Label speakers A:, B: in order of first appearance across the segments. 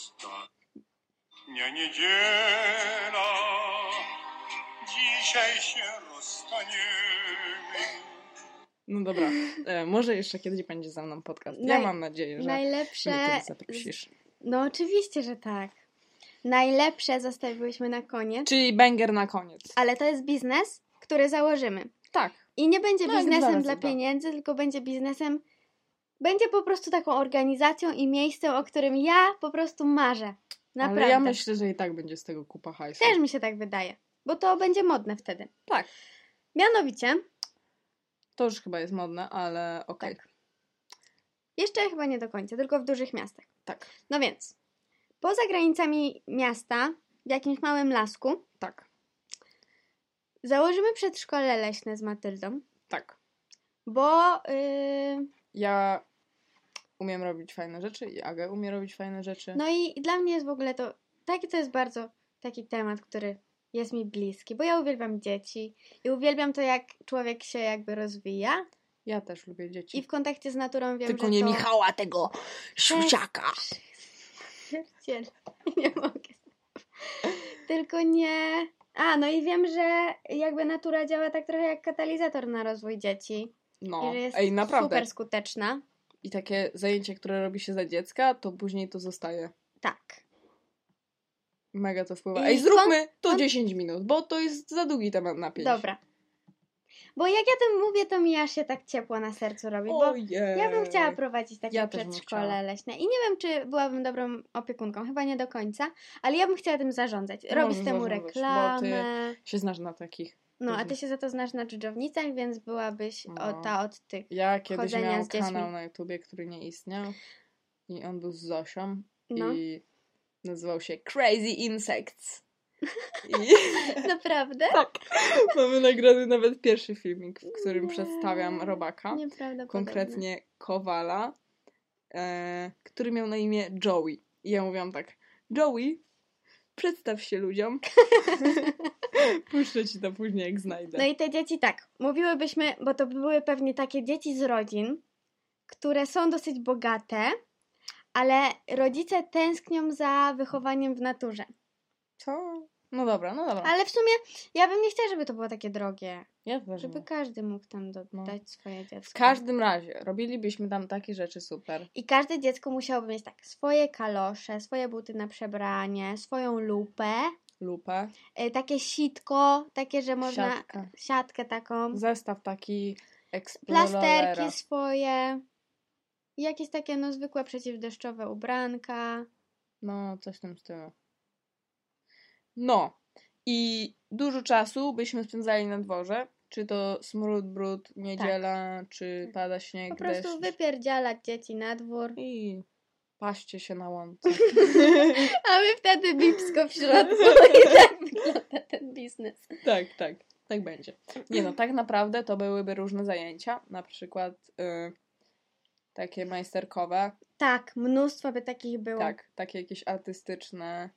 A: ostatnia niedziela. Dzisiaj się rozstaniemy.
B: No dobra, e, może jeszcze kiedyś będzie ze mną podcast. Ja
C: Naj-
B: mam nadzieję, że mnie
C: Najlepsze.
B: kiedyś zaprosisz.
C: No oczywiście, że tak. Najlepsze zostawiłyśmy na koniec,
B: Czyli banger na koniec.
C: ale to jest biznes, który założymy.
B: Tak,
C: I nie będzie
B: No jak dwa
C: biznesem
B: razy
C: dla
B: dwa.
C: pieniędzy, tylko będzie biznesem. Będzie po prostu taką organizacją i miejscem, o którym ja po prostu marzę. Naprawdę.
B: ale ja myślę, że i tak będzie z tego kupa hajsu.
C: Też mi się tak wydaje, bo to będzie modne wtedy.
B: Tak.
C: Mianowicie,
B: To już chyba jest modne, ale okej.
C: Tak. jeszcze chyba nie do końca, tylko w dużych miastach.
B: Tak.
C: No więc, poza granicami miasta, w jakimś małym lasku,
B: tak,
C: założymy przedszkole leśne z Matyldą,
B: tak.
C: bo yy,
B: Ja umiem robić fajne rzeczy i Aga umie robić fajne rzeczy.
C: no i dla mnie jest w ogóle to, taki to jest bardzo taki temat, który jest mi bliski, bo ja uwielbiam dzieci i uwielbiam to, jak człowiek się jakby rozwija
B: Ja też lubię dzieci.
C: i w kontakcie z naturą wiem,
B: Tylko
C: że
B: nie
C: to...
B: Michała tego siusiaka.
C: Pierdziel. Nie mogę. Tylko nie. A, no i wiem, że jakby natura działa tak trochę jak katalizator na rozwój dzieci.
B: No,
C: I że jest
B: ej, naprawdę.
C: super skuteczna.
B: I takie zajęcie, które robi się za dziecka, to później to zostaje.
C: Tak.
B: Mega to wpływa.
C: I
B: Ej, zróbmy to
C: kon-
B: 10 minut, bo to jest za długi temat na 5.
C: Dobra. Bo jak ja tym mówię, to mi aż się tak ciepło na sercu robi, bo
B: Ojej.
C: ja bym chciała prowadzić takie
B: Ja też bym
C: przedszkole
B: chciała.
C: leśne. I nie wiem, czy byłabym dobrą opiekunką, chyba nie do końca, ale ja bym chciała tym zarządzać.
B: Możesz
C: Robić temu
B: No, zarządzać, bo ty-
C: reklamę.
B: Się znasz na takich.
C: No, a ty
B: Mhm.
C: się za to znasz na dżdżownicach, więc byłabyś o,
B: No.
C: ta od tych.
B: Ja kiedyś
C: Chodzenia
B: miałam
C: z dziećmi.
B: kanał na YouTubie, który nie istniał i on był z Zosią
C: No.
B: i nazywał się Crazy Insects. I
C: Naprawdę?
B: tak, mamy nagrany nawet pierwszy filmik, w którym
C: Nie.
B: przedstawiam robaka.
C: Nieprawda.
B: konkretnie Kowala, e, który miał na imię Joey. I ja mówiłam tak, Joey, przedstaw się ludziom. Puszczę ci to później, jak znajdę.
C: No i te dzieci tak, mówiłybyśmy, bo to były pewnie takie dzieci z rodzin, które są dosyć bogate, ale rodzice tęsknią za wychowaniem w naturze.
B: Co? No dobra, no dobra.
C: Ale w sumie ja bym nie chciała, żeby to było takie drogie.
B: Ja też
C: Żeby
B: nie.
C: każdy mógł tam dodać
B: No.
C: swoje dziecko.
B: W każdym razie, robilibyśmy tam takie rzeczy super.
C: I każde dziecko musiałoby mieć tak swoje kalosze, swoje buty na przebranie, swoją lupę,
B: Lupę,
C: y, takie sitko, takie, że można...
B: siatkę,
C: Siatkę taką.
B: zestaw taki eksplorera.
C: plasterki swoje, jakieś takie no zwykłe przeciwdeszczowe ubranka.
B: No, coś w tym stylu. No. I dużo czasu byśmy spędzali na dworze. Czy to smród, brud, niedziela, czy
C: Tak.
B: pada śnieg,
C: Po prostu
B: deszcz.
C: wypierdzialać dzieci na dwór,
B: I paście się na łące.
C: a my wtedy bipsko w środku. I tak wygląda ten biznes.
B: tak, tak. Tak będzie. Nie no, tak naprawdę to byłyby różne zajęcia. Na przykład y, takie majsterkowe.
C: Tak, mnóstwo by takich było.
B: Tak, takie jakieś artystyczne.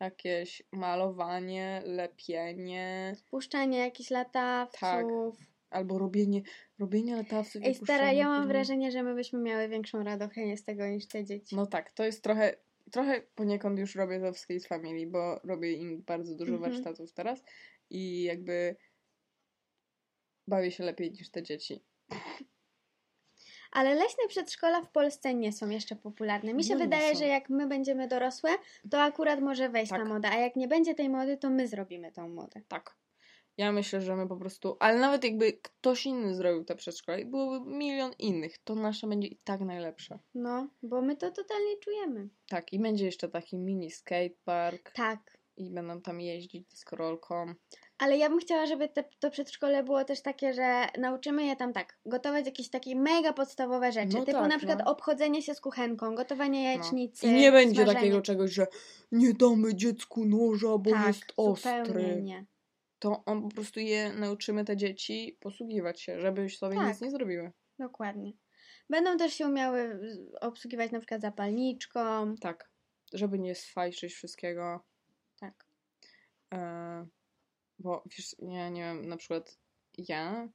B: Jakieś malowanie, lepienie.
C: Puszczanie jakichś
B: Tak.
C: latawców.
B: Albo robienie, robienie latawców. i
C: Ej, stara,
B: puszczanie mhm.
C: ja mam
B: później.
C: wrażenie, że my byśmy miały większą radość z tego niż te dzieci.
B: No tak, to jest trochę, trochę poniekąd już robię to w Skate Family, bo robię im bardzo dużo
C: Mhm.
B: warsztatów teraz i jakby bawię się lepiej niż te dzieci.
C: Ale leśne przedszkola w Polsce nie są jeszcze popularne. Mi się
B: No nie
C: wydaje,
B: są.
C: że jak my będziemy dorosłe, to akurat może wejść
B: Tak.
C: ta moda, a jak nie będzie tej mody, to my zrobimy tą modę.
B: Tak. Ja myślę, że my po prostu, ale nawet jakby ktoś inny zrobił te przedszkole i byłoby milion innych, to nasze będzie i tak najlepsze.
C: No, bo my to totalnie czujemy.
B: Tak, i będzie jeszcze taki mini skatepark
C: Tak.
B: i będą tam jeździć deskorolką.
C: Ale ja bym chciała, żeby te, to przedszkole było też takie, że nauczymy je tam tak, gotować jakieś takie mega podstawowe rzeczy,
B: No
C: typu
B: tak,
C: na przykład
B: no.
C: obchodzenie się z kuchenką, gotowanie jajecznicy.
B: I nie będzie
C: smażenie.
B: takiego czegoś, że nie damy dziecku noża, bo
C: tak,
B: jest ostry.
C: zupełnie nie.
B: to on po prostu je nauczymy te dzieci posługiwać się, żeby sobie
C: Tak.
B: nic nie zrobiły.
C: Dokładnie. Będą też się umiały obsługiwać na przykład zapalniczką.
B: Tak. Żeby nie sfajczyć wszystkiego.
C: Tak.
B: E, bo wiesz, ja nie wiem, na przykład ja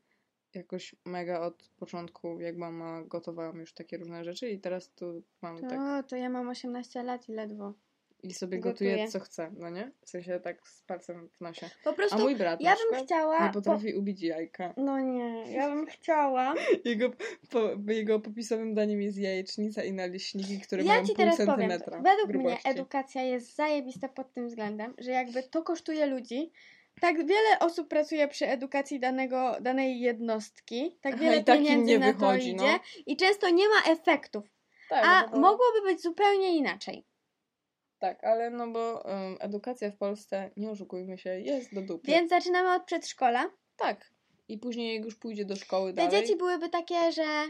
B: jakoś mega od początku, jak mama gotowała mi już takie różne rzeczy i teraz tu mam tak
C: O, to ja mam 18 lat i ledwo.
B: i sobie gotuję,
C: gotuję.
B: co chcę, no nie? W sensie tak z palcem w nosie.
C: Po
B: A
C: prostu
B: mój brat
C: ja
B: na
C: bym
B: przykład
C: chciała...
B: nie potrafi ubić jajka.
C: Po... No nie, ja bym chciała...
B: Jego, po, jego popisowym daniem jest jajecznica i naleśniki, które
C: ja
B: mają
C: ci
B: pół
C: teraz powiem,
B: centymetra
C: według
B: grubości.
C: mnie edukacja jest zajebista pod tym względem, że jakby to kosztuje ludzi. Tak wiele osób pracuje przy edukacji danego, danej jednostki, tak
B: Aha,
C: wiele
B: i tak im
C: pieniędzy
B: nie
C: na
B: wychodzi,
C: to
B: no.
C: idzie i często nie ma efektów,
B: tak,
C: a
B: no bo-
C: mogłoby być zupełnie inaczej.
B: Tak, ale no bo em, edukacja w Polsce, nie oszukujmy się, jest do dupy.
C: Więc zaczynamy od przedszkola.
B: Tak. I później jak już pójdzie do szkoły
C: Te
B: dalej.
C: dzieci byłyby takie, że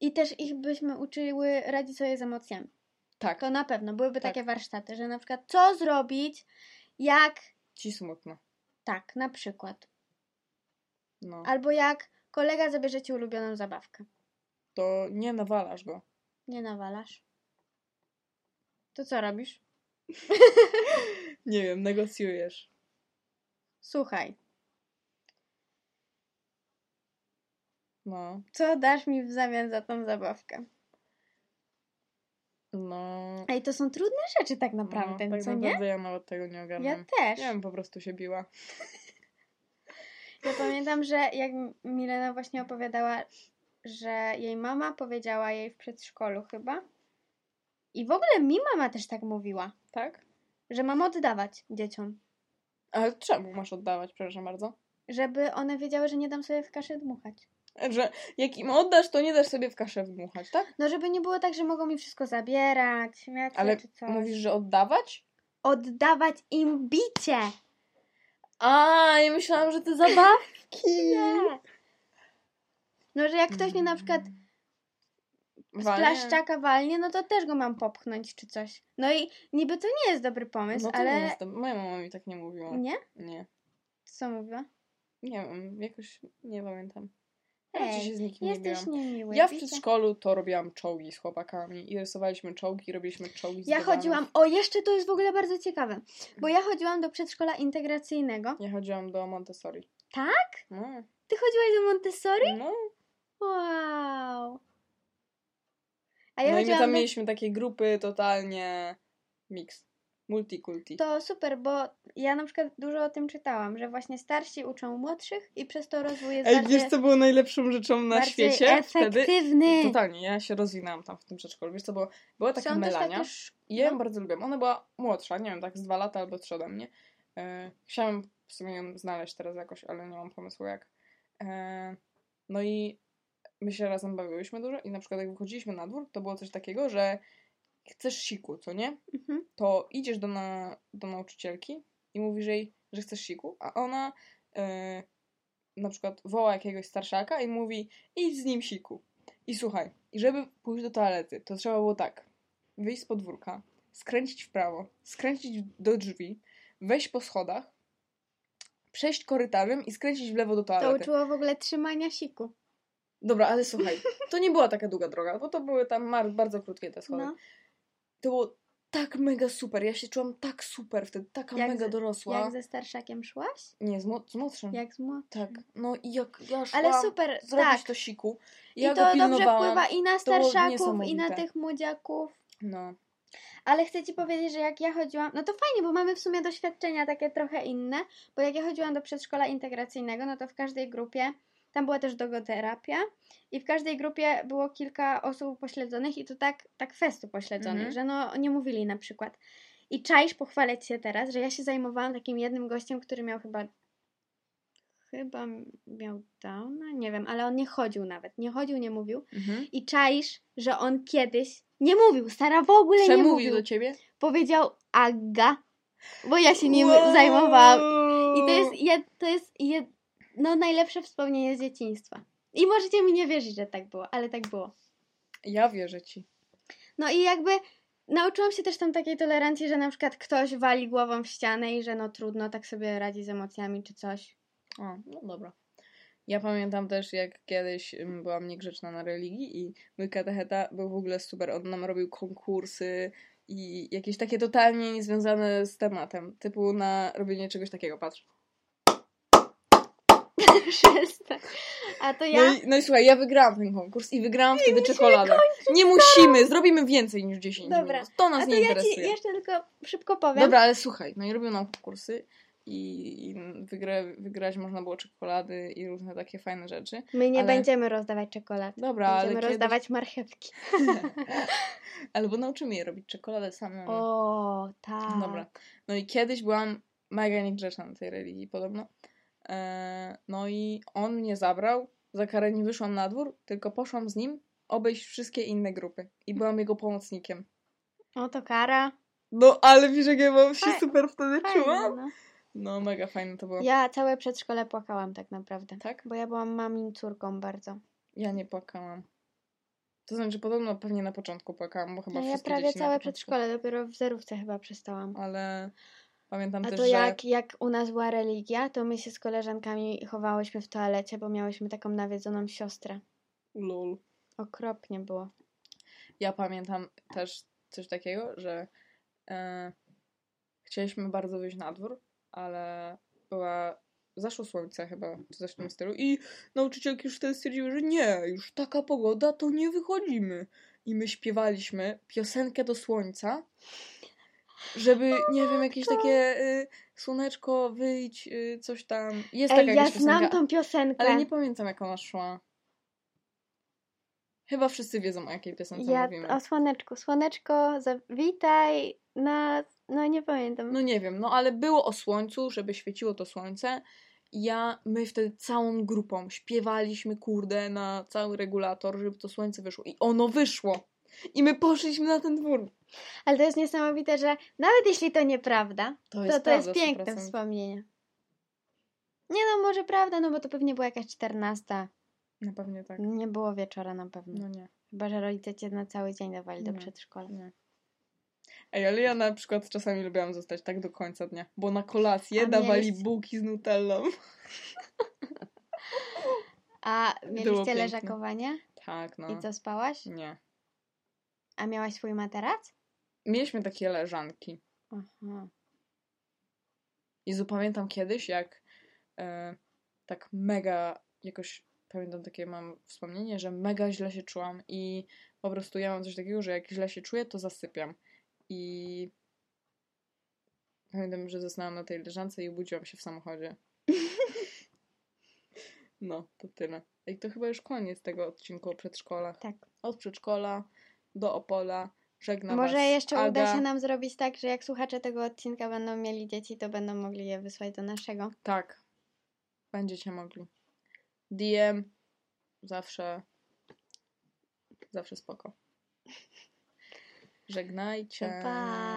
C: i też ich byśmy uczyły radzić sobie z emocjami.
B: Tak,
C: To na pewno byłyby
B: Tak.
C: takie warsztaty, że na przykład co zrobić, jak
B: ci smutno.
C: tak, na przykład.
B: No.
C: Albo jak kolega zabierze ci ulubioną zabawkę.
B: To nie nawalasz go.
C: Nie nawalasz. To co robisz?
B: Nie wiem, negocjujesz.
C: Słuchaj,
B: No.
C: co dasz mi w zamian za tą zabawkę?
B: No.
C: Ej, to są trudne rzeczy tak naprawdę,
B: no, tak
C: co nie?
B: naprawdę ja nawet tego nie
C: Ja
B: ogarniam.
C: też.
B: Nie wiem, po prostu się biła.
C: Ja pamiętam, że jak Milena właśnie opowiadała, że jej mama powiedziała jej w przedszkolu chyba. I w ogóle mi mama też tak mówiła,
B: Tak?
C: że mam oddawać dzieciom,
B: Ale czemu masz oddawać, przepraszam bardzo?
C: żeby one wiedziały, że nie dam sobie w kaszę dmuchać.
B: Że jak im oddasz, to nie dasz sobie w kaszę wdmuchać, tak?
C: No, żeby nie było tak, że mogą mi wszystko zabierać, śmiać się
B: Ale
C: czy coś.
B: Mówisz, że oddawać?
C: oddawać im bicie.
B: A, ja myślałam, że te zabawki.
C: Nie. No, że jak ktoś mnie na przykład z
B: Walnie.
C: plaszczaka walnie, no to też go mam popchnąć czy coś. No i niby to nie jest dobry pomysł,
B: No to
C: ale...
B: nie jest. to- Moja mama mi tak nie mówiła.
C: Nie?
B: Nie.
C: Co mówiła?
B: Nie wiem, jakoś nie pamiętam. Raczej
C: Ej,
B: się z nikim nie biłam.
C: jesteś niemiły.
B: Ja w
C: bicie.
B: przedszkolu to robiłam czołgi z chłopakami i rysowaliśmy czołgi, robiliśmy czołgi z
C: Ja
B: babanów.
C: chodziłam... O, jeszcze to jest w ogóle bardzo ciekawe, bo ja chodziłam do przedszkola integracyjnego.
B: Ja chodziłam do Montessori.
C: Tak?
B: No.
C: Ty chodziłaś do Montessori?
B: no.
C: Wow. A
B: no i
C: ja
B: my
C: chodziłam
B: tam
C: do...
B: mieliśmy takie grupy totalnie mix. Multikulti.
C: To super, bo ja na przykład dużo o tym czytałam, że właśnie starsi uczą młodszych i przez to rozwój jest
B: Ej,
C: bardziej,
B: wiesz co było najlepszą rzeczą na
C: Znaczy, bardziej
B: świecie wtedy?
C: efektywny.
B: Totalnie, ja się rozwinęłam tam w tym przedszkolu. Wiesz co, było? była taka
C: Są też
B: Melania.
C: takie sz-
B: I ja ją
C: No.
B: bardzo lubiłam. Ona była młodsza, nie wiem, tak z dwa lata albo trzy ode mnie. E, chciałam w sumie ją znaleźć teraz jakoś, ale nie mam pomysłu jak. E, no i my się razem bawiłyśmy dużo i na przykład jak wychodziliśmy na dwór, to było coś takiego, że chcesz siku, co nie?
C: Mhm.
B: To idziesz do, na, do nauczycielki i mówisz jej, że chcesz siku, a ona e, na przykład woła jakiegoś starszaka i mówi idź z nim siku. I słuchaj, i żeby pójść do toalety, to trzeba było tak. Wyjść z podwórka, skręcić w prawo, skręcić do drzwi, wejść po schodach, przejść korytarzem i skręcić w lewo do
C: To
B: toalety.
C: uczyło w ogóle trzymania siku.
B: Dobra, ale słuchaj, to nie była taka długa droga, bo to były tam mar- bardzo krótkie te schody.
C: No.
B: To było tak mega super, ja się czułam tak super wtedy, taka
C: Jak
B: mega
C: z-
B: dorosła.
C: Jak ze starszakiem szłaś?
B: Nie, z, mo- z młodszym.
C: Jak z młodszym.
B: Tak, no i jak ja szłam
C: Ale super,
B: zrobić
C: tak.
B: to siku,
C: I
B: ja go
C: to dobrze
B: pilnowałam.
C: wpływa i na
B: było
C: starszaków, i na
B: niesamowite.
C: tych młodziaków.
B: No,
C: Ale chcę ci powiedzieć, że jak ja chodziłam, no to fajnie, bo mamy w sumie doświadczenia takie trochę inne, bo jak ja chodziłam do przedszkola integracyjnego, no to w każdej grupie, tam była też dogoterapia i w każdej grupie było kilka osób pośledzonych i to tak, tak festu pośledzonych,
B: Mhm.
C: że no nie mówili na przykład. I czaisz pochwalać się teraz, że ja się zajmowałam takim jednym gościem, który miał chyba chyba miał Downa, nie wiem, ale on nie chodził nawet, nie chodził, nie mówił
B: mhm.
C: i czaisz, że on kiedyś nie mówił, Sara w ogóle nie
B: Przemówił
C: mówił
B: do ciebie?
C: powiedział Aga, bo ja się nim
B: Wow!
C: zajmowałam. I to jest, jed, to jest jed, no, najlepsze wspomnienie z dzieciństwa. I możecie mi nie wierzyć, że tak było, ale tak było.
B: Ja wierzę ci.
C: No i jakby nauczyłam się też tam takiej tolerancji, że na przykład ktoś wali głową w ścianę i że no trudno, tak sobie radzi z emocjami czy coś.
B: O, no dobra. Ja pamiętam też, jak kiedyś ym, byłam niegrzeczna na religii i mój katecheta był w ogóle super. On nam robił konkursy i jakieś takie totalnie niezwiązane z tematem. Typu na robienie czegoś takiego, patrz.
C: przestań. A to ja...
B: No, i, no i słuchaj, ja wygrałam ten konkurs i wygrałam wtedy czekoladę. Nie musimy, zrobimy więcej niż 10
C: Dobra.
B: minut. To nas
C: A to
B: nie
C: ja ci
B: interesuje.
C: jeszcze tylko szybko powiem.
B: Dobra, ale słuchaj, no i robią nam konkursy i, i wygra, wygrać można było czekolady i różne takie fajne rzeczy.
C: My nie
B: ale-
C: będziemy rozdawać czekolad.
B: Dobra, ale
C: Będziemy
B: kiedyś,
C: rozdawać marchewki.
B: Albo nauczymy je robić czekoladę samemu.
C: O, tak.
B: Dobra. No i kiedyś byłam mega niegrzeczna na tej religii podobno. E, no i on mnie zabrał, za karę nie wyszłam na dwór, tylko poszłam z nim obejść wszystkie inne grupy. I byłam jego pomocnikiem.
C: O, to kara.
B: No ale wiesz, jak ja mam się
C: Faj-
B: super wtedy
C: Fajne,
B: czułam.
C: no.
B: No mega fajne to było. Ja,
C: Ja całe przedszkole płakałam tak naprawdę.
B: tak?
C: Bo ja byłam mamin córką bardzo.
B: Ja nie płakałam. To znaczy podobno pewnie na początku płakałam, bo chyba
C: No ja
B: wszystkie
C: prawie
B: dzieci na
C: całe
B: początku.
C: przedszkole, dopiero w zerówce chyba przestałam.
B: Ale pamiętam
C: A
B: też,
C: to
B: że...
C: jak, jak u nas była religia, to my się z koleżankami chowałyśmy w toalecie, bo miałyśmy taką nawiedzoną siostrę.
B: Lul.
C: Okropnie było.
B: Ja pamiętam też coś takiego, że e, chcieliśmy bardzo wyjść na dwór, ale była. Zaszło słońce chyba, czy coś w tym stylu. I nauczycielki już wtedy stwierdziły, że nie, już taka pogoda, to nie wychodzimy. I my śpiewaliśmy piosenkę do słońca, żeby, nie wiem, jakieś takie y, słoneczko, wyjdź, y, coś tam. Jest taka
C: Ej, ja
B: jakaś piosenka,
C: znam tą piosenkę.
B: ale nie pamiętam, jak ona szła. Chyba wszyscy wiedzą, o jakiej piosence
C: ja,
B: mówimy.
C: o słoneczku. Słoneczko, zawitaj na... No nie pamiętam.
B: No nie wiem, no ale było o słońcu, żeby świeciło to słońce. Ja, my wtedy całą grupą śpiewaliśmy, kurde, na cały regulator, żeby to słońce wyszło. I ono wyszło. I my poszliśmy na ten dwór.
C: Ale to jest niesamowite, że nawet jeśli to nieprawda,
B: To
C: to, to jest
B: prawda,
C: piękne
B: 100%.
C: wspomnienie. Nie no, może prawda, no bo to pewnie była jakaś 14.
B: No pewnie tak.
C: Nie było wieczora na pewno.
B: No nie,
C: Chyba, że rodzice cię na cały dzień dawali do
B: Nie.
C: przedszkola.
B: nie. Ej, ale ja na przykład czasami lubiłam zostać tak do końca dnia, bo na kolację
C: A
B: dawali
C: mieliście-
B: bułki z nutellą.
C: A
B: Było
C: mieliście
B: piękne.
C: leżakowanie?
B: Tak, no.
C: I co, spałaś?
B: Nie.
C: A miałaś swój materac?
B: Mieliśmy takie leżanki.
C: Aha.
B: Jezu, pamiętam kiedyś, jak e, tak mega jakoś, pamiętam takie mam wspomnienie, że mega źle się czułam i po prostu ja mam coś takiego, że jak źle się czuję, to zasypiam. I pamiętam, że zasnęłam na tej leżance i obudziłam się w samochodzie. No, to tyle. I to chyba już koniec tego odcinku o przedszkolach.
C: Tak.
B: Od przedszkola do Opola. Żegnam
C: Może
B: No was,
C: jeszcze
B: Aga.
C: uda się nam zrobić tak, że jak słuchacze tego odcinka będą mieli dzieci, to będą mogli je wysłać do naszego.
B: Tak. Będziecie mogli. DM zawsze zawsze spoko. Żegnajcie.
C: Pa!